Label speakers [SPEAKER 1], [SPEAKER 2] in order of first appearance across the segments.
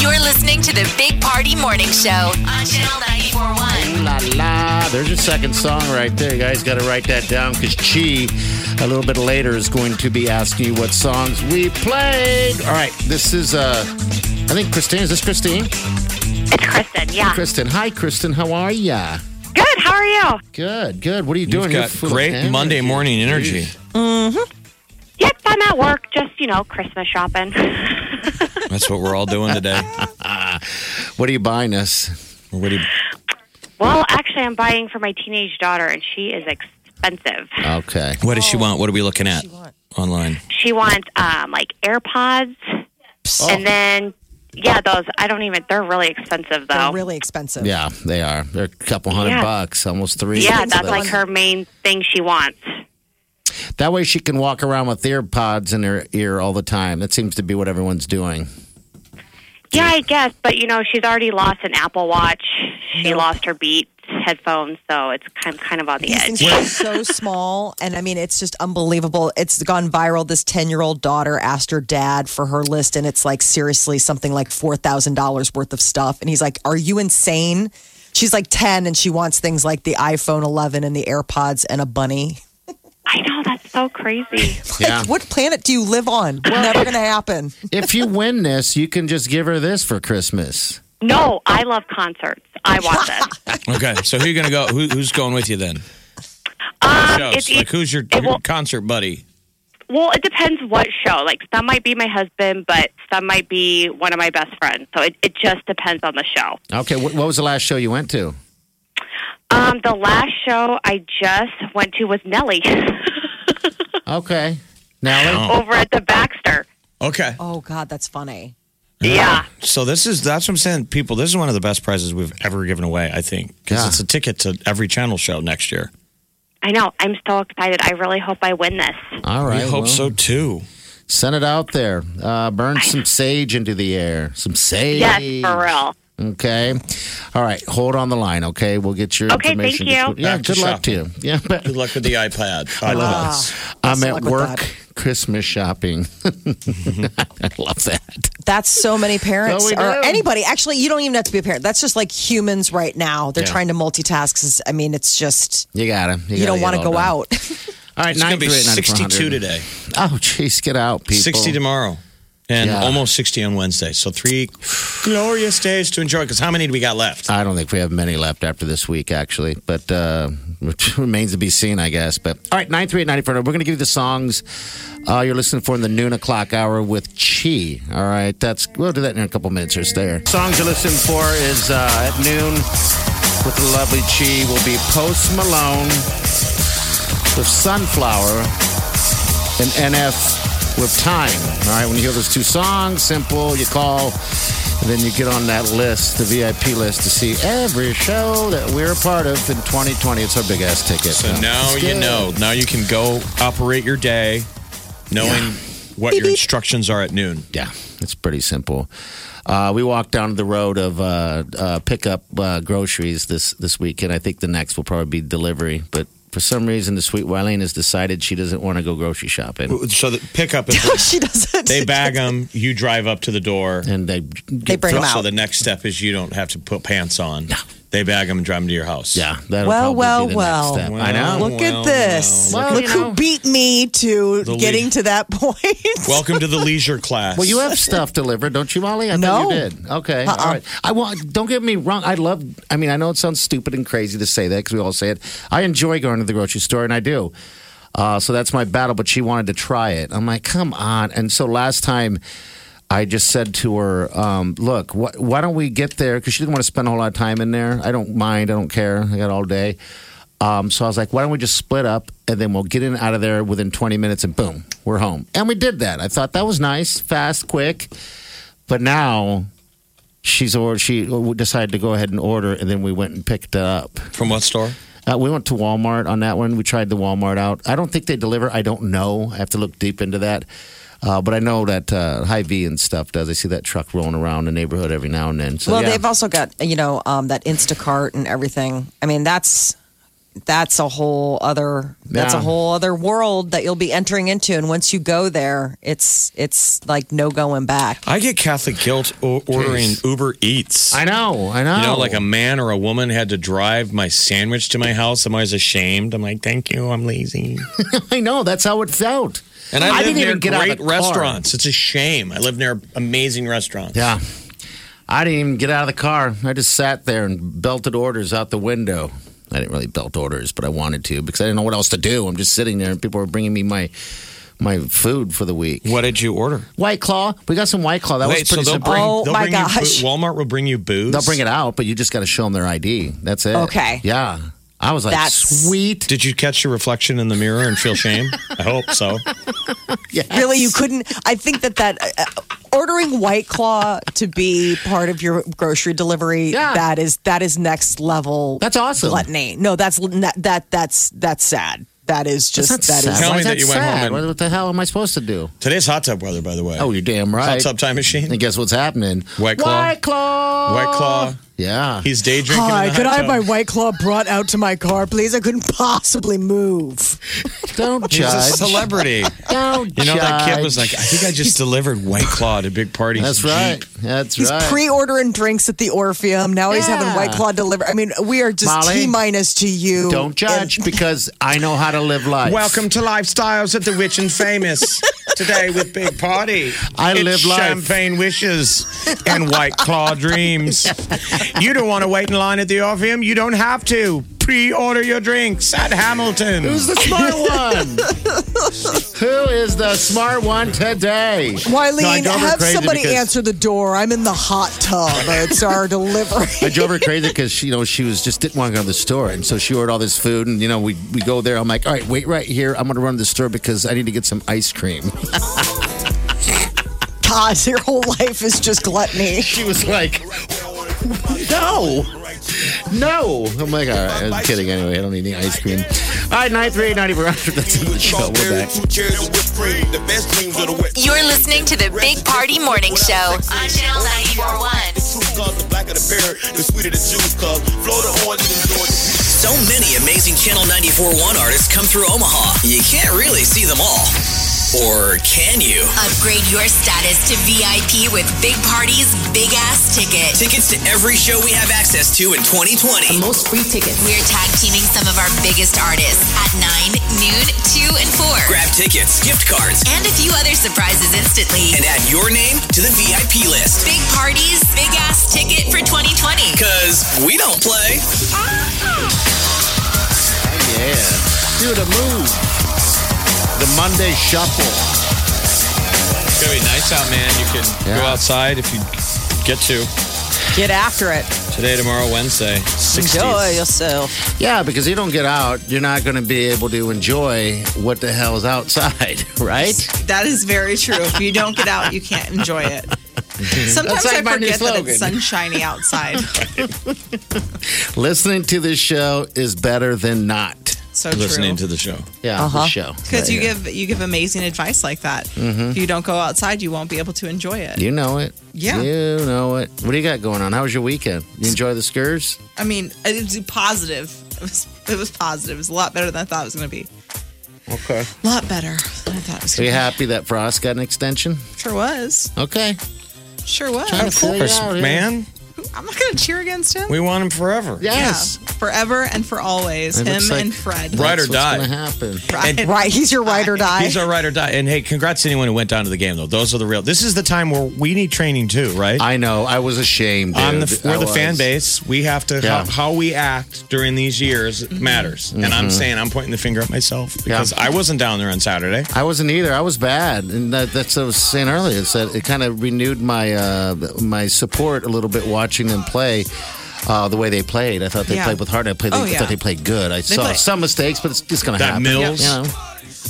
[SPEAKER 1] You're listening to the Big Party Morning Show on Channel 941.
[SPEAKER 2] La la. There's your second song right there. You guys got to write that down because Chi, a little bit later, is going to be asking you what songs we played. All right. This is, uh, I think Christine. Is this Christine?
[SPEAKER 3] It's Kristen, yeah.
[SPEAKER 2] Kristen. Hi, Kristen. How are ya?
[SPEAKER 3] Good, how are you?
[SPEAKER 2] Good, good. What are you doing?
[SPEAKER 4] You've
[SPEAKER 2] You're
[SPEAKER 4] got
[SPEAKER 2] full of
[SPEAKER 4] great
[SPEAKER 2] energy.
[SPEAKER 4] Monday morning energy.
[SPEAKER 2] Jeez.
[SPEAKER 3] Yep, I'm at work, just, you know, Christmas shopping.
[SPEAKER 4] That's what we're all doing today.
[SPEAKER 2] What are you buying us?
[SPEAKER 4] We're really-
[SPEAKER 3] well, actually, I'm buying for my teenage daughter, and she is expensive.
[SPEAKER 2] Okay.
[SPEAKER 4] what does she want? What are we looking at online?
[SPEAKER 3] She wants, um, like, AirPods,
[SPEAKER 5] Oh.
[SPEAKER 3] and then, yeah, those, I don't even, they're really expensive, though.
[SPEAKER 5] They're really expensive.
[SPEAKER 2] Yeah, they are. They're a couple hundred
[SPEAKER 3] Yeah.
[SPEAKER 2] bucks, almost three.
[SPEAKER 3] yeah,
[SPEAKER 2] hundred
[SPEAKER 3] that's
[SPEAKER 2] bucks.
[SPEAKER 3] like her main thing she wants.
[SPEAKER 2] That way she can walk around with ear pods in her ear all the time. That seems to be what everyone's doing.
[SPEAKER 3] Yeah, I guess, but, you know, she's already lost an Apple Watch. She lost her Beats headphones, so it's kind kind of on the
[SPEAKER 5] These
[SPEAKER 3] edge.
[SPEAKER 5] things are so small, and I mean, it's just unbelievable. It's gone viral. This ten-year-old daughter asked her dad for her list, and it's like seriously something like four thousand dollars worth of stuff. And he's like, "Are you insane?" She's like ten, and she wants things like the iPhone 11 and the AirPods and a bunny.
[SPEAKER 3] I know, that's so crazy.
[SPEAKER 2] Yeah.
[SPEAKER 5] What planet do you live on? Never gonna happen.
[SPEAKER 2] if you win this, you can just give her this for Christmas.
[SPEAKER 3] No, I love concerts. I want them.
[SPEAKER 4] Okay, so who you gonna go? Who, who's going with you then?
[SPEAKER 3] Um,
[SPEAKER 4] Shows.
[SPEAKER 3] it's,
[SPEAKER 4] Like
[SPEAKER 3] it's,
[SPEAKER 4] who's your,
[SPEAKER 3] it
[SPEAKER 4] your
[SPEAKER 3] will-
[SPEAKER 4] concert buddy?
[SPEAKER 3] well, it depends what show. Like some might be my husband, but some might be one of my best friends. So it, it just depends on the show.
[SPEAKER 2] Okay. What, what was the last show you went to?
[SPEAKER 3] Um, the last show I just went to was Nelly
[SPEAKER 2] Okay. Now,
[SPEAKER 3] over at the Baxter.
[SPEAKER 4] Okay.
[SPEAKER 5] Oh God, that's funny.
[SPEAKER 3] Yeah.
[SPEAKER 4] So this is that's what I'm saying, people. This is one of the best prizes we've ever given away. I think because
[SPEAKER 2] Yeah.
[SPEAKER 4] it's a ticket to every channel show next year.
[SPEAKER 3] I know. I'm so excited. I really hope I win this.
[SPEAKER 2] all
[SPEAKER 4] I
[SPEAKER 2] right.
[SPEAKER 4] hope
[SPEAKER 2] well,
[SPEAKER 4] so too.
[SPEAKER 2] Send it out there. Uh, burn some sage into the air. Some sage.
[SPEAKER 3] Yes, for real.
[SPEAKER 2] Okay. All right. Hold on the line. Okay. We'll get your
[SPEAKER 3] Okay, thank
[SPEAKER 2] information.
[SPEAKER 3] you.
[SPEAKER 2] Yeah.
[SPEAKER 4] Back to
[SPEAKER 2] Good luck to you. Yeah. But
[SPEAKER 4] Good luck with the iPad. I
[SPEAKER 2] I'm Ah. at
[SPEAKER 5] luck with
[SPEAKER 2] work.
[SPEAKER 5] that.
[SPEAKER 2] Christmas shopping. I love that.
[SPEAKER 5] That's so many parents
[SPEAKER 2] So we
[SPEAKER 5] or
[SPEAKER 2] do.
[SPEAKER 5] anybody. Actually, you don't even have to be a parent. That's just like humans right now. They're trying to multitask. I mean, it's just
[SPEAKER 2] You got him.
[SPEAKER 5] you don't want to go out.
[SPEAKER 2] All right.
[SPEAKER 4] It's gonna be
[SPEAKER 2] 938-9400.
[SPEAKER 4] 62 today,
[SPEAKER 2] Oh, jeez. Get out, people.
[SPEAKER 4] 60 tomorrow, and
[SPEAKER 2] Yeah.
[SPEAKER 4] almost 60 on Wednesday. So three glorious days to enjoy. Because how many do we got left?
[SPEAKER 2] I don't think we have many left after this week, actually, but uh, which remains to be seen, I guess. But all right, nine three eight ninety four. We're going to give you the songs uh, you're listening for in the noon o'clock hour with Chi. All right, that's we'll do that in a couple minutes. Just there. Songs you're listening for is uh, at noon with the lovely Chi. Will be Post Malone with Sunflower and NF with Time. All right, when you hear those two songs, simple, you call. And then you get on that list, the VIP list, to see every show that we're a part of in 2020. It's our big ass ticket.
[SPEAKER 4] So now
[SPEAKER 2] it's
[SPEAKER 4] you
[SPEAKER 2] good.
[SPEAKER 4] know. Now you can go operate your day knowing what your instructions are at noon.
[SPEAKER 2] Yeah, it's pretty simple. Uh, we walked down the road of uh, uh, pick up uh, groceries this this weekend. I think the next will probably be delivery, but. For some reason, the sweet Wileen has decided she doesn't want to go grocery shopping,
[SPEAKER 4] So the pickup is
[SPEAKER 5] she doesn't.
[SPEAKER 4] they bag them, you drive up to the door.
[SPEAKER 2] and they
[SPEAKER 5] They bring them
[SPEAKER 4] so
[SPEAKER 5] out.
[SPEAKER 4] the next step is you don't have to put pants on. They bag them and drive them to your house.
[SPEAKER 2] yeah, that'll
[SPEAKER 5] Well,
[SPEAKER 2] probably
[SPEAKER 5] well,
[SPEAKER 2] be the next
[SPEAKER 5] well.
[SPEAKER 2] step. I know.
[SPEAKER 5] Look
[SPEAKER 4] Well,
[SPEAKER 5] at this.
[SPEAKER 2] well,
[SPEAKER 5] Look
[SPEAKER 2] you know.
[SPEAKER 5] who beat me to
[SPEAKER 4] The
[SPEAKER 5] getting
[SPEAKER 4] lead.
[SPEAKER 5] to that point.
[SPEAKER 4] Welcome to the leisure class.
[SPEAKER 2] Well, you have stuff delivered, don't you, Molly? I thought
[SPEAKER 5] No.
[SPEAKER 2] you did. Okay, all right. I want. Don't get me wrong. I love. I mean, I know it sounds stupid and crazy to say that because we all say it. I enjoy going to the grocery store, and I do. Uh, so that's my battle. But she wanted to try it. I'm like, come on. And so last time. I just said to her, um, "Look, wh- why don't we get there? Because she didn't want to spend a whole lot of time in there. I don't mind. I don't care. I got all day. Um, so I was like, why don't we just split up and then we'll get in out of there within 20 minutes and boom, we're home. And we did that. I thought that was nice, fast, quick. But now she's or she decided to go ahead and order, and then we went and picked it up.
[SPEAKER 4] From what store?
[SPEAKER 2] Uh, we went to Walmart on that one. We tried the Walmart out. I don't think they deliver. I don't know. I have to look deep into that. Uh, but I know that uh, Hy-Vee and stuff does. I see that truck rolling around the neighborhood every now and then. So,
[SPEAKER 5] well,
[SPEAKER 2] yeah.
[SPEAKER 5] they've also got you know um, that Instacart and everything. I mean, that's that's a whole other that's
[SPEAKER 2] Yeah.
[SPEAKER 5] a whole other world that you'll be entering into. And once you go there, it's it's like no going back.
[SPEAKER 4] I get Catholic guilt o- ordering
[SPEAKER 2] Jeez.
[SPEAKER 4] Uber Eats.
[SPEAKER 2] I know. I know.
[SPEAKER 4] You know, like um, a man or a woman had to drive my sandwich to my house. I'm always ashamed. I'm like, thank you, I'm lazy.
[SPEAKER 2] I know. That's how it felt.
[SPEAKER 4] And I, live
[SPEAKER 2] didn't
[SPEAKER 4] near
[SPEAKER 2] even get out
[SPEAKER 4] great
[SPEAKER 2] of the car.
[SPEAKER 4] restaurants. It's a shame. I live near amazing restaurants.
[SPEAKER 2] Yeah. I didn't even get out of the car. I just sat there and belted orders out the window. I didn't really belt orders, but I wanted to because I didn't know what else to do. I'm just sitting there and people were bringing me my my food for the week.
[SPEAKER 4] What did you order?
[SPEAKER 2] White Claw. We got some White Claw. That
[SPEAKER 4] Wait,
[SPEAKER 2] was
[SPEAKER 4] so
[SPEAKER 2] pretty
[SPEAKER 4] they'll
[SPEAKER 2] simple.
[SPEAKER 4] bring,
[SPEAKER 5] Oh,
[SPEAKER 4] they'll
[SPEAKER 5] my
[SPEAKER 4] bring you boo-
[SPEAKER 5] gosh.
[SPEAKER 4] Walmart will bring you booze.
[SPEAKER 2] They'll bring it out, but you just got to show them their ID. That's it.
[SPEAKER 5] Okay.
[SPEAKER 2] Yeah. I was like,
[SPEAKER 5] That's-
[SPEAKER 2] sweet.
[SPEAKER 4] Did you catch your reflection in the mirror and feel shame? I hope so.
[SPEAKER 5] Really, you couldn't. I think that that. Uh, Ordering White Claw to be part of your grocery delivery—that
[SPEAKER 2] Yeah.
[SPEAKER 5] is that is next level.
[SPEAKER 2] That's awesome.
[SPEAKER 5] Gluttony. No, that's that that's that's sad. That is just
[SPEAKER 2] That's not
[SPEAKER 5] that is
[SPEAKER 2] sad.
[SPEAKER 4] Tell
[SPEAKER 2] Why
[SPEAKER 4] me
[SPEAKER 2] is
[SPEAKER 4] that you went home
[SPEAKER 2] sad?
[SPEAKER 4] and-
[SPEAKER 2] What, what the hell am I supposed to do?
[SPEAKER 4] Today's hot tub weather, by the way.
[SPEAKER 2] Oh, you're damn
[SPEAKER 4] hot
[SPEAKER 2] right.
[SPEAKER 4] tub time machine.
[SPEAKER 2] And guess what's happening?
[SPEAKER 4] White Claw.
[SPEAKER 2] White Claw.
[SPEAKER 4] White Claw.
[SPEAKER 2] Yeah.
[SPEAKER 4] He's day drinking. in the hot tub.
[SPEAKER 5] White Claw brought out to my car, please? I couldn't possibly move.
[SPEAKER 2] Don't
[SPEAKER 4] He's a
[SPEAKER 2] judge.
[SPEAKER 4] celebrity.
[SPEAKER 2] Don't
[SPEAKER 4] You know, that kid
[SPEAKER 2] judge.
[SPEAKER 4] was like, I think I just delivered White Claw to Big Party.
[SPEAKER 2] That's right. That's
[SPEAKER 5] He's
[SPEAKER 2] right.
[SPEAKER 5] pre-ordering drinks at the Orpheum. Now he's having
[SPEAKER 2] Yeah.
[SPEAKER 5] White Claw delivered. I mean, we are just
[SPEAKER 2] Molly,
[SPEAKER 5] T minus to you.
[SPEAKER 2] Don't judge because I know how to live life.
[SPEAKER 4] Welcome to Lifestyles at the Rich and Famous. Today with Big Party.
[SPEAKER 2] I
[SPEAKER 4] It's
[SPEAKER 2] live life.
[SPEAKER 4] Champagne wishes and white claw dreams. You don't want to wait in line at the Orpheum? You don't have to. Pre order your drinks at Hamilton.
[SPEAKER 2] Who's the smart one? Who is the smart one today? No, I
[SPEAKER 5] Wileen,
[SPEAKER 2] drove her
[SPEAKER 5] have
[SPEAKER 2] crazy
[SPEAKER 5] somebody
[SPEAKER 2] because-
[SPEAKER 5] answer the door. I'm in the hot tub. It's our delivery.
[SPEAKER 2] I drove her crazy because she, you know, she was just didn't want to go to the store, and so she ordered all this food, and you know, we we go there. I'm like, all right, wait right here. I'm going to run to the store because I need to get some ice cream.
[SPEAKER 5] God, your whole life is just gluttony.
[SPEAKER 2] She was like, no. No. I'm like, all right, I'm kidding anyway. I don't need any ice cream. All right, 938 That's the show. We're back.
[SPEAKER 1] You're listening to the Big Party Morning Show on Channel 941.
[SPEAKER 6] So many amazing Channel 94.1 artists come through Omaha. You can't really see them all. Or can you?
[SPEAKER 1] Upgrade your status to VIP with Big Party's Big Ass Ticket.
[SPEAKER 6] Tickets to every show we have access to in 2020.
[SPEAKER 7] Most free tickets.
[SPEAKER 1] We're tag teaming some of our biggest artists at 9, noon, 2, and 4.
[SPEAKER 6] Grab tickets, gift cards,
[SPEAKER 1] And a few other surprises instantly.
[SPEAKER 6] and add your name to the VIP list.
[SPEAKER 1] Big Party's Big Ass Ticket for 2020.
[SPEAKER 6] Because we don't play.
[SPEAKER 2] Yeah. Do the move. The Monday Shuffle.
[SPEAKER 4] It's going to be nice out, man. You can go
[SPEAKER 2] Yeah.
[SPEAKER 4] outside if you get to.
[SPEAKER 5] Get after it.
[SPEAKER 4] Today, tomorrow, Wednesday. 60s.
[SPEAKER 5] yourself.
[SPEAKER 2] Yeah, because you don't get out, you're not going to be able to enjoy what the hell's outside, right?
[SPEAKER 7] That is very true. If you don't get out, you can't enjoy it. Sometimes
[SPEAKER 2] That's like
[SPEAKER 7] I
[SPEAKER 2] my new
[SPEAKER 7] forget that it's
[SPEAKER 2] slogan.
[SPEAKER 7] sunshiny outside.
[SPEAKER 2] Listening to this show is better than not.
[SPEAKER 7] So
[SPEAKER 4] Listening to
[SPEAKER 7] true.
[SPEAKER 4] the show.
[SPEAKER 2] Yeah,
[SPEAKER 5] Uh-huh.
[SPEAKER 2] the show.
[SPEAKER 7] Because you
[SPEAKER 2] Right here.
[SPEAKER 7] give you give amazing advice like that.
[SPEAKER 2] Mm-hmm.
[SPEAKER 7] If you don't go outside, you won't be able to enjoy it.
[SPEAKER 2] You know it.
[SPEAKER 7] Yeah.
[SPEAKER 2] You know it. What do you got going on? How was your weekend? You enjoy the skirts?
[SPEAKER 7] I mean, it's positive. It was it was positive. It was a lot better than I thought it was going to be.
[SPEAKER 2] Okay.
[SPEAKER 7] A lot better than I thought it was
[SPEAKER 2] Are
[SPEAKER 7] going
[SPEAKER 2] you
[SPEAKER 7] to
[SPEAKER 2] happy that Frost got an extension?
[SPEAKER 7] be. Sure was.
[SPEAKER 2] Okay.
[SPEAKER 7] Sure was.
[SPEAKER 2] Trying to figure
[SPEAKER 4] Of course,
[SPEAKER 2] out here.
[SPEAKER 4] man.
[SPEAKER 7] I'm not going to cheer against him.
[SPEAKER 4] We want him forever.
[SPEAKER 2] Yes.
[SPEAKER 7] Yeah, forever and for always.
[SPEAKER 2] It
[SPEAKER 7] him
[SPEAKER 2] looks like-
[SPEAKER 7] and Fred.
[SPEAKER 4] Ride or
[SPEAKER 2] That's what's
[SPEAKER 4] die.
[SPEAKER 2] gonna happen.
[SPEAKER 7] Right.
[SPEAKER 5] Right, he's your ride or die.
[SPEAKER 4] He's our ride or die. And hey, congrats to anyone who went down to the game, though. Those are the real. This is the time where we need training, too, right?
[SPEAKER 2] I know. I was ashamed.
[SPEAKER 4] I'm the,
[SPEAKER 2] dude.
[SPEAKER 4] we're
[SPEAKER 2] I
[SPEAKER 4] the fan
[SPEAKER 2] was.
[SPEAKER 4] base. We have to
[SPEAKER 2] Yeah.
[SPEAKER 4] how, how we act during these years matters. And
[SPEAKER 2] Mm-hmm.
[SPEAKER 4] I'm saying I'm pointing the finger at myself because I wasn't down there on Saturday.
[SPEAKER 2] I wasn't either. I was bad, and that, that's what I was saying earlier. It's that it kind of renewed my uh, my support a little bit watching them play. Uh, the way they played, I thought they
[SPEAKER 7] Yeah.
[SPEAKER 2] played with heart. I, played,
[SPEAKER 7] Oh,
[SPEAKER 2] I
[SPEAKER 7] yeah.
[SPEAKER 2] thought they played good. I saw
[SPEAKER 7] play-
[SPEAKER 2] some mistakes, but it's just going to
[SPEAKER 4] That
[SPEAKER 2] happen.
[SPEAKER 4] Mills.
[SPEAKER 2] you know.
[SPEAKER 7] I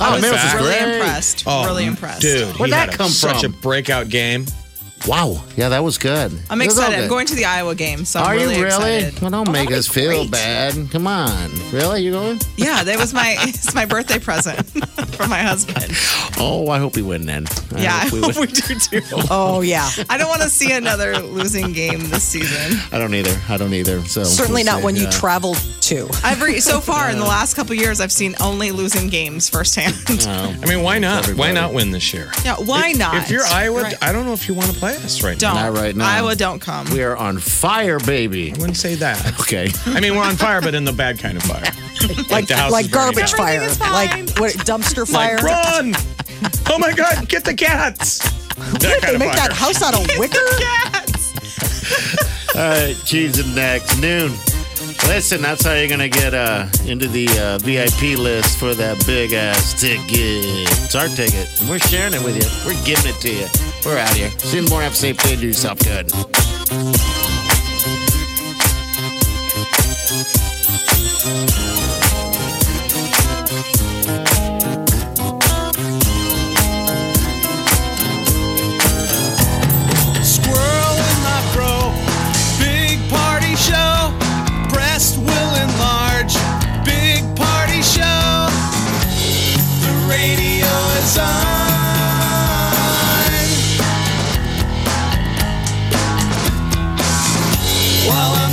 [SPEAKER 2] Oh,
[SPEAKER 7] was
[SPEAKER 2] Mills is
[SPEAKER 4] back.
[SPEAKER 7] really
[SPEAKER 2] great.
[SPEAKER 7] impressed. really impressed.
[SPEAKER 4] Oh, Dude,
[SPEAKER 2] Where'd
[SPEAKER 4] he
[SPEAKER 2] that
[SPEAKER 4] had a-
[SPEAKER 2] come
[SPEAKER 4] such a
[SPEAKER 2] from?
[SPEAKER 4] breakout game.
[SPEAKER 2] Wow. Yeah, that was good.
[SPEAKER 7] I'm
[SPEAKER 2] It was all
[SPEAKER 7] excited. I'm
[SPEAKER 2] good.
[SPEAKER 7] going to the Iowa game, so
[SPEAKER 2] Are
[SPEAKER 7] I'm really
[SPEAKER 2] you really?
[SPEAKER 7] excited.
[SPEAKER 2] Well, don't
[SPEAKER 7] Oh,
[SPEAKER 2] make
[SPEAKER 7] that'd
[SPEAKER 2] us
[SPEAKER 7] be
[SPEAKER 2] feel
[SPEAKER 7] great.
[SPEAKER 2] bad. Come on. Really? You going?
[SPEAKER 7] Yeah, that was my it's my birthday present for my husband.
[SPEAKER 2] Oh, I hope we win then. I
[SPEAKER 7] yeah, I
[SPEAKER 2] hope we
[SPEAKER 7] hope
[SPEAKER 2] win.
[SPEAKER 7] we do too.
[SPEAKER 5] Oh yeah.
[SPEAKER 7] I don't want to see another losing game this season.
[SPEAKER 2] I don't either. I don't either. So
[SPEAKER 5] Certainly
[SPEAKER 2] we'll
[SPEAKER 5] not
[SPEAKER 2] see.
[SPEAKER 5] when you
[SPEAKER 2] Yeah.
[SPEAKER 5] travel to.
[SPEAKER 7] Every so far in the last couple years, I've seen only losing games firsthand.
[SPEAKER 4] I mean, why not?
[SPEAKER 2] Everybody.
[SPEAKER 4] Why not win this year?
[SPEAKER 7] yeah, why not?
[SPEAKER 4] If you're Iowa,
[SPEAKER 7] Right.
[SPEAKER 4] I don't know if you want to play us right
[SPEAKER 7] don't
[SPEAKER 2] Not right now.
[SPEAKER 7] Iowa, don't come.
[SPEAKER 2] We are on fire, baby.
[SPEAKER 4] now. I wouldn't say that.
[SPEAKER 2] Okay.
[SPEAKER 4] I mean, we're on fire, but in the bad kind of fire. Like the house
[SPEAKER 5] Like
[SPEAKER 4] is burning
[SPEAKER 5] garbage
[SPEAKER 4] down.
[SPEAKER 5] fire. Like what dumpster fire.
[SPEAKER 4] Like, run! Oh my God, get the cats! That kind
[SPEAKER 5] they
[SPEAKER 4] of
[SPEAKER 5] make
[SPEAKER 4] fire.
[SPEAKER 5] that house out of wicker?
[SPEAKER 2] All right, cheese and next noon. Listen, that's how you're gonna get uh, into the uh, VIP list for that big ass ticket. It's our ticket. We're sharing it with you. We're giving it to you. We're out of here. See you in the morning. Have a safe day. Do yourself good.
[SPEAKER 8] Squirrel in my fro. Big party show. Breast will enlarge. Big party show. The radio is on. While I'm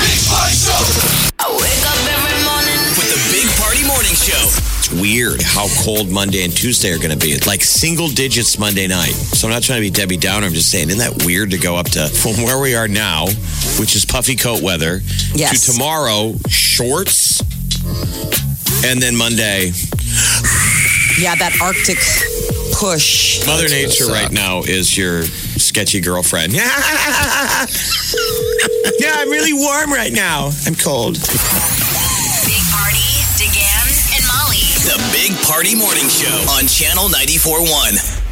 [SPEAKER 8] Big party show.
[SPEAKER 1] I wake up every morning.
[SPEAKER 6] With the Big Party Morning Show.
[SPEAKER 9] It's weird how cold Monday and Tuesday are going to be. It's like single digits Monday night. So I'm not trying to be Debbie Downer. I'm just saying, isn't that weird to go up to from where we are now, which is puffy coat weather,
[SPEAKER 5] Yes.
[SPEAKER 9] to tomorrow, shorts, and then Monday.
[SPEAKER 5] Yeah, that Arctic push.
[SPEAKER 9] Mother Nature right now is your sketchy girlfriend. yeah, I'm really warm right now. I'm cold.
[SPEAKER 1] Big Party, DeGan, and Molly.
[SPEAKER 6] The Big Party Morning Show on Channel 94.1.